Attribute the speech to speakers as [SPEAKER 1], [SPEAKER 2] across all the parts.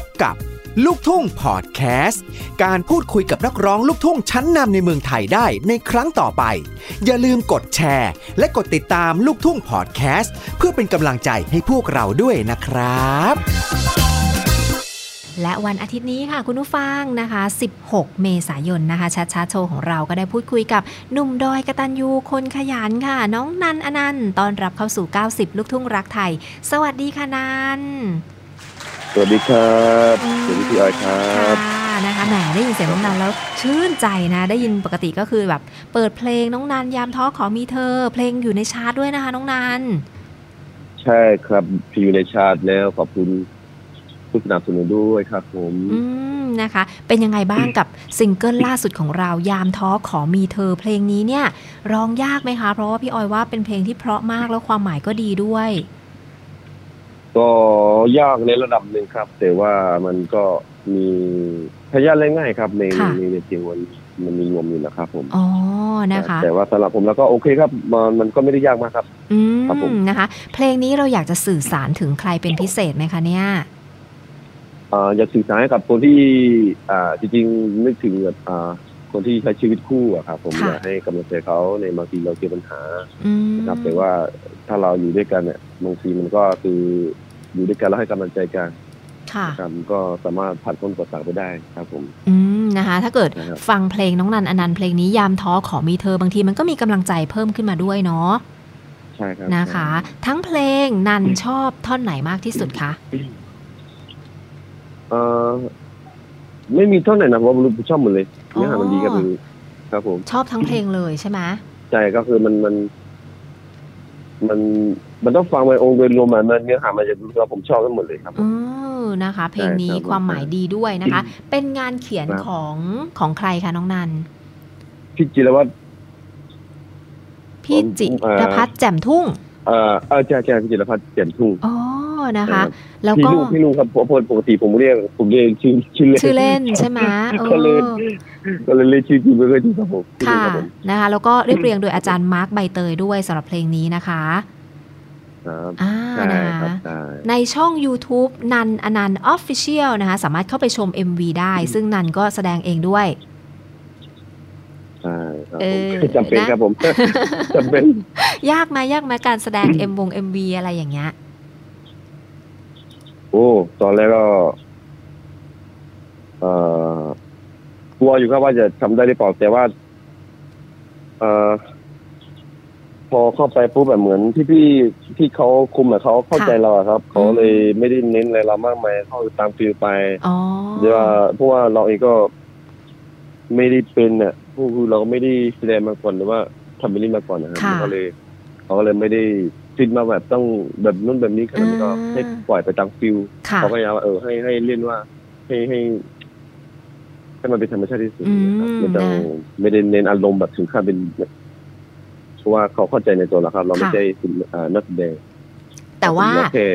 [SPEAKER 1] บกับลูกทุ่งพอดแคสต์ การพูดคุยกับนักร้องลูกทุ่งชั้นนำในเมืองไทยได้ในครั้งต่อไป อย่าลืมกดแชร์ และกดติดตามลูกทุ่งพอดแคสต์ เพื่อเป็นกำลังใจให้พวกเราด้วยนะครับ
[SPEAKER 2] และวันอาทิตย์นี้ค่ะคุณผู้ฟังนะคะ 16 เมษายนนะคะชัดชาโชว์ของเราก็ได้พูดคุยกับหนุ่มดอยกระตันยูคนขยันค่ะ น้องนันอนันต์ตอนรับเข้าสู่ 90 ลูกทุ่งรักไทย สวัสดีค่ะนัน
[SPEAKER 3] สวัสดีครับสวัสดีพี่ออยครับ
[SPEAKER 2] ค่ะนะคะแหมได้ยินเสียงน้องนันแล้วชื่นใจนะ ได้ยินปกติก็คือแบบ เปิดเพลงน้องนันยามท้อขอมีเธอ เพลงอยู่ในชาร์ตด้วยนะคะ น้องนัน
[SPEAKER 3] ใช่ครับพี่อยู่ในชาติแล้วขอบคุณผู้สนับสนุนด้วยครับผม
[SPEAKER 2] อืมนะคะ เป็นยังไงบ้างกับซิงเกิลล่าสุดของเรายามท้อขอมีเธอเพลงนี้เนี่ย ร้องยากไหมคะ เพราะว่าพี่ออยว่าเป็นเพลงที่เพราะมากแล้วความหมายก็ดีด้วย
[SPEAKER 3] ก็ยากในระดับหนึ่งครับ แต่ว่ามันก็มีพยานและง่ายครับ ใน
[SPEAKER 2] ค่ะ
[SPEAKER 3] ในในเพลงมันมันมีรวมอยู่นะครับผม
[SPEAKER 2] อ๋อนะคะ
[SPEAKER 3] แต่ว่าสำหรับผมแล้วก็โอเคครับ มันมันก็ไม่ได้ยากมากครับ
[SPEAKER 2] อื
[SPEAKER 3] ครับผม
[SPEAKER 2] มนะคะ เพลงนี้เราอยากจะสื่อสารถึงใครเป็นพิเศษไหมคะเนี่ย
[SPEAKER 3] อ่าอยากสื่อสารให้กับคนที่ อ่าจริงๆนึกถึงแบบอ่า คนที่ใช้ชีวิตคู่อะครับผม
[SPEAKER 2] ค่ะ
[SPEAKER 3] อยากให้กำลังใจเขาในบางทีเราเจอปัญหา
[SPEAKER 2] อืม
[SPEAKER 3] นะครับแต่ว่าถ้าเราอยู่ด้วยกันเนี่ยบางทีมันก็คืออยู่ด้วยกันแล้วให้กำลังใจกัน
[SPEAKER 2] ค่ะ
[SPEAKER 3] นะครับมันก็สามารถผ่านพ้นอุปสรรคไปได้ครับผม
[SPEAKER 2] อืมนะคะ ถ้าเกิด
[SPEAKER 3] นะครับ
[SPEAKER 2] ฟังเพลงน้องนันอนันต์เพลงนี้ยามท้อขอมีเธอบางทีมันก็มีกำลังใจเพิ่มขึ้นมาด้วยเนาะ
[SPEAKER 3] ใช่ครับ
[SPEAKER 2] นะคะ ทั้งเพลงนันชอบท่อนไหนมากที่สุดคะ
[SPEAKER 3] เออไม่มีเท่าไหร่นะเพราะว่าผมชอบหมดเลย
[SPEAKER 2] อ๋อ
[SPEAKER 3] เนื้อหามันดีครับผมครับผม
[SPEAKER 2] ชอบทั้งเพลงเลยใช่ไหม
[SPEAKER 3] ใจก็คือมันมัน มันมันต้องฟังไปองค์โดยรวมอะมันเนื้อหามันจะรู้ว่าผมชอบทั้งหมดเลยครับผม
[SPEAKER 2] อือนะคะ เพลงนี้
[SPEAKER 3] ใช่ครับ
[SPEAKER 2] ความหมายดีด้วยนะคะ เป็นงานเขียน
[SPEAKER 3] ครับ
[SPEAKER 2] ของของใครคะน้องนัน
[SPEAKER 3] พี่จิรวัตร
[SPEAKER 2] พี่
[SPEAKER 3] ผม
[SPEAKER 2] จิ
[SPEAKER 3] เอ่อ
[SPEAKER 2] รพัฒน์แจ่มทุ่ง
[SPEAKER 3] เอ่อเออใช่ใช่พี่จิรพัฒน์เจียนทุ่ง
[SPEAKER 2] อ๋อนะ
[SPEAKER 3] ครั
[SPEAKER 2] คะ
[SPEAKER 3] บ
[SPEAKER 2] แล้ว
[SPEAKER 3] พี่
[SPEAKER 2] ก็
[SPEAKER 3] ลูกพี่ลูกครับเพราะเพราะปกติผมเรียกผมเรียกชื่อชื่อเล่น
[SPEAKER 2] ชื่อเล่นใช่ไหมเอ
[SPEAKER 3] ก็เลย
[SPEAKER 2] อ
[SPEAKER 3] ก็เลยเล่นชื่อจริงไปก็จริงครับผม
[SPEAKER 2] ค่ะ
[SPEAKER 3] รับผม
[SPEAKER 2] นะคะ แล้วก็เรียบเรียงโดยอาจารย์มาร์คใบเตยด้วยสำหรับเพลงนี้นะคะ
[SPEAKER 3] ครับ
[SPEAKER 2] อ่า
[SPEAKER 3] ใช่
[SPEAKER 2] นะครับ คะ
[SPEAKER 3] ใช่
[SPEAKER 2] ในช่อง YouTube นันอนันต์ออฟฟิเชียลนะคะ สามารถเข้าไปชม MV ได้ ซึ่งนันก็แสดงเองด้วย
[SPEAKER 3] ใช่ครับ
[SPEAKER 2] เอ
[SPEAKER 3] ผ
[SPEAKER 2] อ
[SPEAKER 3] มจำเป็น
[SPEAKER 2] นะ
[SPEAKER 3] ครับผม จำเป็น
[SPEAKER 2] ยากไหมยากไหมการแสดง M วง MV อะไรอย่างเงี้ย
[SPEAKER 3] โอ้ ตอนแรกก็ เอ่อกลัวอยู่ครับว่าจะทำได้หรือเปล่าแต่ว่า เอ่อ พอเข้าไปปุ๊บแบบเหมือนที่พี่ที่เขาคุมอะเขาเข้า
[SPEAKER 2] ค่ะ
[SPEAKER 3] ใจเราอะครับเขา
[SPEAKER 2] อืม
[SPEAKER 3] เลยไม่ได้เน้นอะไรเรามากมายเขาตามฟิลไป
[SPEAKER 2] อ๋อ
[SPEAKER 3] เดี๋ยวว่าเพราะว่าเราเองก็ไม่ได้เป็นอ่ะผู้คือเราก็ไม่ได้แสดงมาก่อนหรือว่าทำเป็นเล่นมาก่อนนะครับ
[SPEAKER 2] ค่ะ
[SPEAKER 3] มันก็เลยเขาก็เลยไม่ได้คิดมาแบบต้องแบบนู้นแบบนี้ขนาดนั้นก็
[SPEAKER 2] อ่า
[SPEAKER 3] ให้ปล่อยไปตามฟิล
[SPEAKER 2] ค่ะ
[SPEAKER 3] เขาก็พยายามว่าเออให้ให้เล่นว่า ให้ให้ให้มันเป็นธรรมชาติที่สุด
[SPEAKER 2] อืม
[SPEAKER 3] นะครับไม่ต้อง
[SPEAKER 2] นะ
[SPEAKER 3] ไม่ได้เน้นอารมณ์แบบถึงขั้นเป็นแบบเพราะว่าเขาเข้าใจในตัวเราครับ เราไม่
[SPEAKER 2] ค่ะ
[SPEAKER 3] ใช่ศิลป์อ่านักแสดง
[SPEAKER 2] แต่ว่า
[SPEAKER 3] เรแค่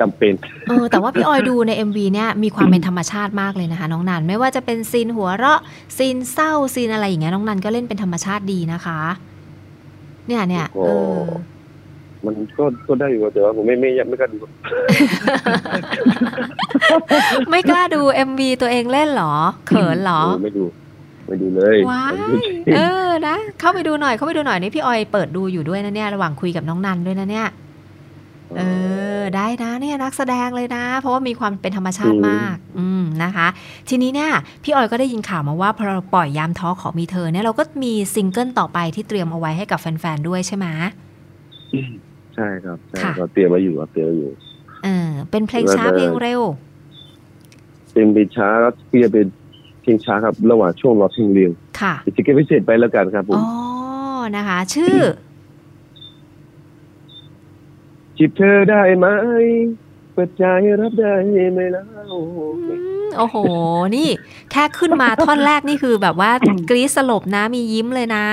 [SPEAKER 3] จำเป็น
[SPEAKER 2] เออแต่ว่าพี่ออยดูใน MV เนี่ยมีความเป็นธรรมชาติมากเลยนะคะ น้องนันไม่ว่าจะเป็นซีนหัวเราะซีนเศร้าซีนอะไรอย่างเงี้ยน้องนันก็เล่นเป็นธรรมชาติดีนะคะ เนี่ยเนี่ย
[SPEAKER 3] โอ้
[SPEAKER 2] เอ
[SPEAKER 3] โห
[SPEAKER 2] อ
[SPEAKER 3] มันก็ก็ได้อยู่แต่ว่าผมไม่ไม่ไม่ไม่กล้าดู
[SPEAKER 2] ไม่กล้าดู MV ตัวเองเล่นเหรอ เขินเหรอ
[SPEAKER 3] โไม่ดู ไม่ดูเลย
[SPEAKER 2] ว้าย
[SPEAKER 3] ไม่ดู
[SPEAKER 2] เออนะเข้าไปดูหน่อยเข้าไปดูหน่อยนี่พี่ออยเปิดดูอยู่ด้วยนะเนี่ยระหว่างคุยกับน้องนันด้วยนะเนี่ยเออได้นะเนี่ยนักแสดงเลยนะ เพราะว่ามีความเป็นธรรมชาติมาก อืมนะคะ ทีนี้เนี่ยพี่ออยก็ได้ยินข่าวมาว่าพอเราปล่อยยามท้อขอมีเธอเนี่ยเราก็มีซิงเกิลต่อไปที่เตรียมเอาไว้ให้กับแฟนๆด้วยใช่ไหม
[SPEAKER 3] ใช่ครับใช่
[SPEAKER 2] ค่ะ
[SPEAKER 3] เราเตรียมไว้อยู่เราเตรียมไว้อยู่
[SPEAKER 2] เออเป็นเพลงช้า
[SPEAKER 3] แล้วก็
[SPEAKER 2] เพลงเร็ว
[SPEAKER 3] เต็มไปช้าแล้วเตรียมเป็นเพลงช้าครับระหว่างช่วงรอเพลงเรียง
[SPEAKER 2] ค่ะ
[SPEAKER 3] เป็นซิงเกิลพิเศษไปแล้วกันครับผม
[SPEAKER 2] อ๋อนะคะ ชื่อ
[SPEAKER 3] จีบเธอได้ไหมเปิดใจรับได้ไหมเล่า
[SPEAKER 2] อืมโอ้โห นี่ แค่ขึ้นมาท่อนแรกนี่คือแบบว่ากรี๊ดสลบนะมียิ้มเลย นะ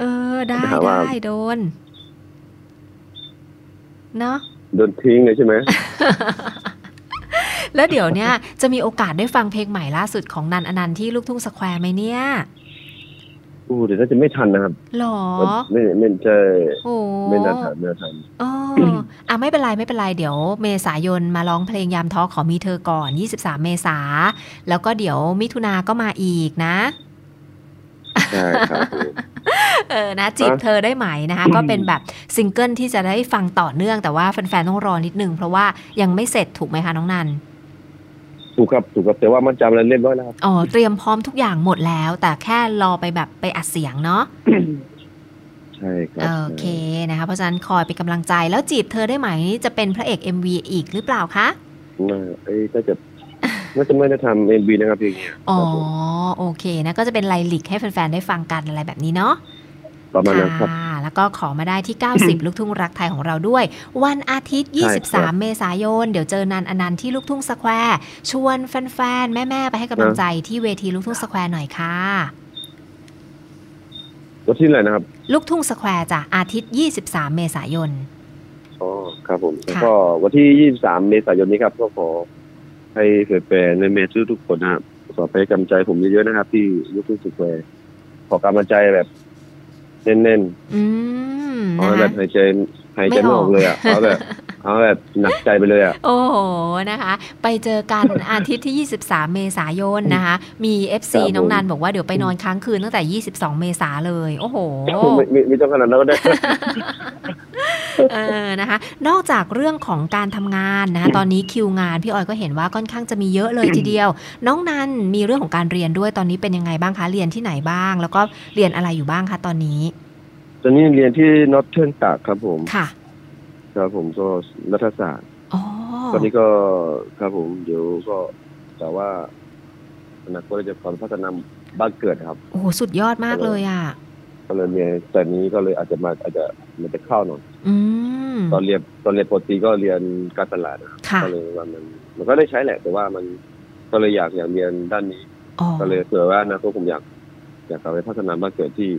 [SPEAKER 2] เออ ได้ได้โดน เนาะ
[SPEAKER 3] โดนทิ้งเลยใช่ไหม
[SPEAKER 2] แล้วเดี๋ยวเนี่ย จะมีโอกาสได้ฟังเพลงใหม่ล่าสุดของนันอนันต์ที่ลูกทุ่งสแควร์ไหมเนี่ย
[SPEAKER 3] โอ้เดี๋ยวน่าจะไม่ทันนะครับ
[SPEAKER 2] หรอ
[SPEAKER 3] ไม่ไม่จะ
[SPEAKER 2] โอ้โห
[SPEAKER 3] ไม่น่าทันไม่น่าทัน
[SPEAKER 2] เออ อ อ่ะไม่เป็นไรไม่เป็นไรเดี๋ยวเมษายนมาร้องเพลงยามท้อขอมีเธอก่อน 23 เมษาแล้วก็เดี๋ยวมิถุนาก็มาอีกนะ
[SPEAKER 3] ใช่ครับผม
[SPEAKER 2] เออนะจีบเธอได้ไหมนะคะ ก็เป็นแบบซิงเกิลที่จะได้ฟังต่อเนื่องแต่ว่าแฟนๆต้องรอนิดนึงเพราะว่ายังไม่เสร็จถูกไหมคะน้องนัน
[SPEAKER 3] ถูกครับถูกครับแต่ว่ามัดจำอะไรเรียบร้อยแล้วครับ
[SPEAKER 2] อ๋อเตรียมพร้อมทุกอย่างหมดแล้ว แต่แค่รอไปแบบไปอัดเสียงเนาะ
[SPEAKER 3] ใช่ครั
[SPEAKER 2] โอเคนะคะเพราะฉะนั้นคอยเป็นกำลังใจแล้วจีบเธอได้ไหมจะเป็นพระเอก MV อีกหรือเปล่าคะ
[SPEAKER 3] น่าเอ้ยก็จะน่าจะไม่ได้ทำเอ็นบีนะครับเพลงเนี้ย
[SPEAKER 2] อ๋อ
[SPEAKER 3] ครับผม
[SPEAKER 2] โอเคนะก็จะเป็นไลลิกให้แฟนๆได้ฟังกันอะไรแบบนี้เนาะ
[SPEAKER 3] ประมาณนั้นครับ
[SPEAKER 2] ค่ะแล้วก็ขอมาได้ที่ 90 ลูกทุ่งรักไทยของเราด้วย วันอาทิตย์
[SPEAKER 3] ใช่ครับ
[SPEAKER 2] 23 เมษายน เดี๋ยวเจอนันอนันต์ที่ลูกทุ่งสแควร์ชวนแฟนๆ แม่ๆ ไปให้กำลังใจที่เวทีลูกทุ่งสแควร์หน่อยค่ะ
[SPEAKER 3] รถที่ไหนนะครับ
[SPEAKER 2] ลูกทุ่งสแควร์จ้ะอาทิตย์ 23 เมษายน
[SPEAKER 3] อ๋อครับผม
[SPEAKER 2] ค่ะ
[SPEAKER 3] แล้วก็วันที่ 23 เมษายนนี้ครับก็ขอให้แฟนๆในเมทุกทุกๆคนนะครับขอไปให้กำลังใจผมเยอะๆนะครับที่ยุคทุกสุดเลยขอกำลังใจแบบแน่น
[SPEAKER 2] อืม
[SPEAKER 3] ๆเอา
[SPEAKER 2] นะ
[SPEAKER 3] แบบ
[SPEAKER 2] คะ
[SPEAKER 3] หายใจหายใจไม่ออ
[SPEAKER 2] ไม่อ
[SPEAKER 3] ก
[SPEAKER 2] อก
[SPEAKER 3] เลยอ่ะเอาแบบ เอาแบบหนักใจไปเลยอ่ะ
[SPEAKER 2] โอ้โหนะคะ ไปเจอ กัน อาทิตย์ที่ 23 เมษายนนะคะ มี FC
[SPEAKER 3] ครับผม
[SPEAKER 2] น้องนันบอกว่าเดี๋ยวไปนอนค้างคืนตั้งแต่ 22 เมษาเลย โอ้โห
[SPEAKER 3] ไม่ไม่ไม่ต้องขนาดนั้น ก็ได้
[SPEAKER 2] เออนะคะ นอกจากเรื่องของการทำงานนะคะ ตอนนี้คิวงานพี่ออยก็เห็นว่าค่อนข้างจะมีเยอะเลยทีเดียว น้องนันมีเรื่องของการเรียนด้วยตอนนี้เป็นยังไงบ้างคะ เรียนที่ไหนบ้าง แล้วก็เรียนอะไรอยู่บ้างคะตอนนี้
[SPEAKER 3] ตอนนี้เรียนที่นอตเทิร์นตากครับผม
[SPEAKER 2] ค่ะ
[SPEAKER 3] ครับผมก็รัฐศาสตร์
[SPEAKER 2] อ๋อ
[SPEAKER 3] ตอนนี้ก็ครับผมเดี๋ยวก็แต่ว่าอนาคตเราจะความพัฒนาบ้านเกิดครับ
[SPEAKER 2] โอ้โห สุดยอดมากเลยอ่ะ
[SPEAKER 3] ก็เลยเรียนแต่นี้ก็เลยอาจจะมาอาจจะมันจะเข้าหน่อย
[SPEAKER 2] อืม
[SPEAKER 3] ตอนเรียนตอนเรียนปกติก็เรียนการตลาดนะครับ
[SPEAKER 2] ค่ะ
[SPEAKER 3] ก็เลยว่ามัน มันก็ได้ใช้แหละ แต่ว่ามันก็เลยอยากอยากเรียนด้านนี้
[SPEAKER 2] อ๋อ
[SPEAKER 3] ก็เลยเผื่อว่าอนะก็ผมอยาก อยากกลับไปพัฒนาบ้านเกิดที่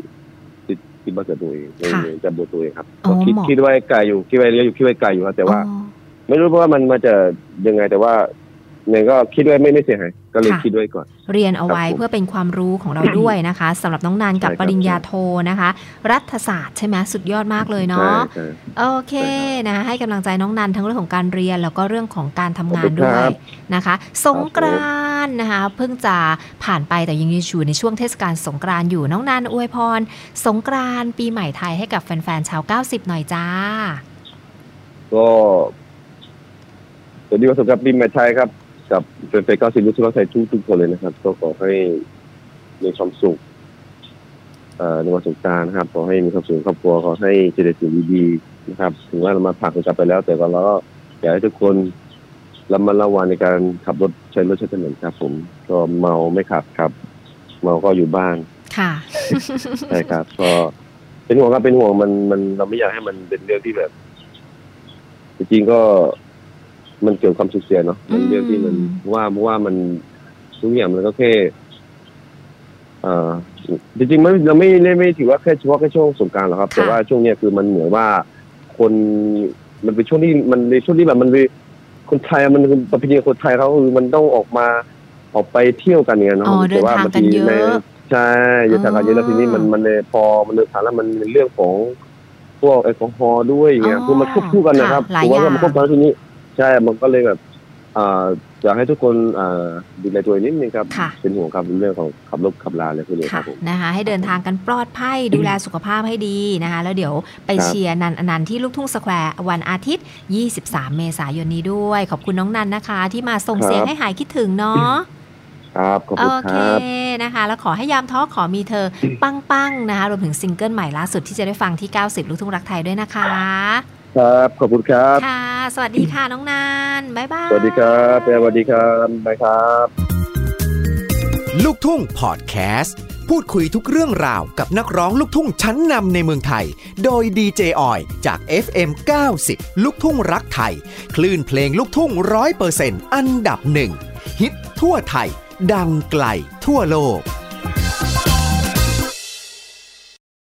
[SPEAKER 3] ที่ที่บ้านเกิดตัวเองใน
[SPEAKER 2] ค่ะ
[SPEAKER 3] ในจันบุรีตัวเองครับ
[SPEAKER 2] อ๋อ
[SPEAKER 3] ก็คิด
[SPEAKER 2] เหมาะ
[SPEAKER 3] คิดไว้ไกลอยู่คิดไว้เรียนอยู่คิดไว้ไกลอยู่ครับแต่ว่า
[SPEAKER 2] อ๋อ
[SPEAKER 3] ไม่รู้ว่ามันมันจะยังไงแต่ว่าเนี่ยก็คิดไว้ไม่ไม่เสียหายก็เลย
[SPEAKER 2] ค่ะ
[SPEAKER 3] คิดไว้ก่อน
[SPEAKER 2] เรียนเอาไว้
[SPEAKER 3] ครับผม
[SPEAKER 2] เพื่อเป็นความรู้ของเราด้วยนะคะ สำหรับน้องนันกับ
[SPEAKER 3] ใช่ค
[SPEAKER 2] ป
[SPEAKER 3] รับ
[SPEAKER 2] ริญญาโทนะคะ รัฐศาสตร์ใช่ไหมสุดยอดมากเลย
[SPEAKER 3] ใช่
[SPEAKER 2] เนาะ
[SPEAKER 3] ใช่
[SPEAKER 2] โอเคนะคะให้กำลังใจน้องนันทั้งเรื่องของการเรียนแล้วก็เรื่องของการทำงานด้ว
[SPEAKER 3] ขอบ
[SPEAKER 2] ย
[SPEAKER 3] คุณครับ
[SPEAKER 2] นะคะ สงกรานต์นะคะเพิ่งจะผ่านไปแต่ยังอยู่ในช่วงเทศกาลสงกรานต์อยู่น้องนันอวยพร สงกรานต์ปีใหม่ไทยให้กับแฟนๆชาว 90 หน่อยจ้า
[SPEAKER 3] ก็สวัสดีวันสงกรานต์ปีใหม่ไทยครับ กับแฟนๆเก้าสิบลูกทุ่งไทยทุกทุกๆคนเลยนะครับ ก็ขอให้มีความสุขเอ่อในวันสงกรานต์นะครับขอให้มีความสุขกับครอบครัวขอให้เจริญสิ่งดีๆนะครับ ถึงว่าเรามาผ่านสงกรานต์ไปแล้ว แต่ก็เราก็อยากให้ทุกคนระมัดระวังในการขับรถใช้รถใช้ถนนครับ ผม ก็เมาไม่ขับครับ เมาก็อยู่บ้าน
[SPEAKER 2] ค่ะ
[SPEAKER 3] ใช่ครับ ก็เป็นห่วงครับเป็นห่วงมันมันเราไม่อยากให้มันเป็นเรื่องที่แบบ จริงๆก็มันเกี่ยวกับความสูญเสียเนาะมันเรื่องที่มัน
[SPEAKER 2] อืม
[SPEAKER 3] ว่าว่ามันทุกอย่างมันก็แค่เอ่อจริงๆมันเราไม่ได้ไม่ถือว่าแค่เฉพาะแค่ช่วงสงกรารหรอกครับ แต่ว่าช่วงเนี้ยคือมันเหมือนว่า คนมันเป็นช่วงที่มันในช่วงที่แบบมันเป็นคนไทยอะมันคือประเพณีคนไทยเขาคือมันต้องออกมาออกไปเที่ยวกันเนี่ยเนาะ
[SPEAKER 2] อ๋อเดิน
[SPEAKER 3] ว่า
[SPEAKER 2] ทาง
[SPEAKER 3] บาง
[SPEAKER 2] กัน
[SPEAKER 3] ที
[SPEAKER 2] เย
[SPEAKER 3] ใน
[SPEAKER 2] อะ
[SPEAKER 3] ใช่ยาสากันเยอะแล้วทีนี้มัน
[SPEAKER 2] อ่ามั
[SPEAKER 3] มันเลยพอมันเลยสารแล้วมันเป็นเรื่องของพวกแอลกอฮอล์ด้วยอย่างเงี้ย
[SPEAKER 2] อ๋อ
[SPEAKER 3] คือมันควบคู่กันนะครับ
[SPEAKER 2] ค่ะหลาย
[SPEAKER 3] ผมว่า
[SPEAKER 2] อย่าง
[SPEAKER 3] มันควบคู่กันทีนี้ ใช่มันก็เลยแบบอ่าอยากให้ทุกคนอ่าดูแลตัวเองนิดนึงครับ
[SPEAKER 2] ค่ะ
[SPEAKER 3] เป็นห่วงครับเรื่องของขับรถขับลาเลยพวกนี้ค
[SPEAKER 2] ค่ะ
[SPEAKER 3] รับผม
[SPEAKER 2] นะคะ ให้เดินทางกันปลอดภัยดูแลสุขภาพให้ดีนะคะ แล้วเดี๋ยวไป
[SPEAKER 3] ครับ
[SPEAKER 2] เชียร์นันอนันต์ที่ลูกทุ่งสแควร์วันอาทิตย์ 23 เมษายนนี้ด้วย ขอบคุณน้องนันนะคะ ที่มาส่งเสียงให้หายคิดถึงเนาะ
[SPEAKER 3] ครับขอบ
[SPEAKER 2] โอ
[SPEAKER 3] คุณค
[SPEAKER 2] เครับ นะคะ แล้วขอให้ยามท้อขอมีเธอปังๆนะคะ รวมถึงซิงเกิลใหม่ล่าสุดที่จะได้ฟังที่ 90 ลูกทุ่งรักไทยด้วยนะคะ
[SPEAKER 3] ครับขอบคุณครับ
[SPEAKER 2] ค่ะ สวัสดีค่ะน้องนันบ๊ายบาย
[SPEAKER 3] สวัสดีครับสวัสดีครับบายครับ
[SPEAKER 1] ลูกทุ่งพอดแคสต์ พูดคุยทุกเรื่องราวกับนักร้องลูกทุ่งชั้นนำในเมืองไทย โดยดีเจออยจาก FM 90 ลูกทุ่งรักไทย คลื่นเพลงลูกทุ่งร้อยเปอร์เซนต์อันดับหนึ่งฮิตทั่วไทย ดังไกลทั่วโลก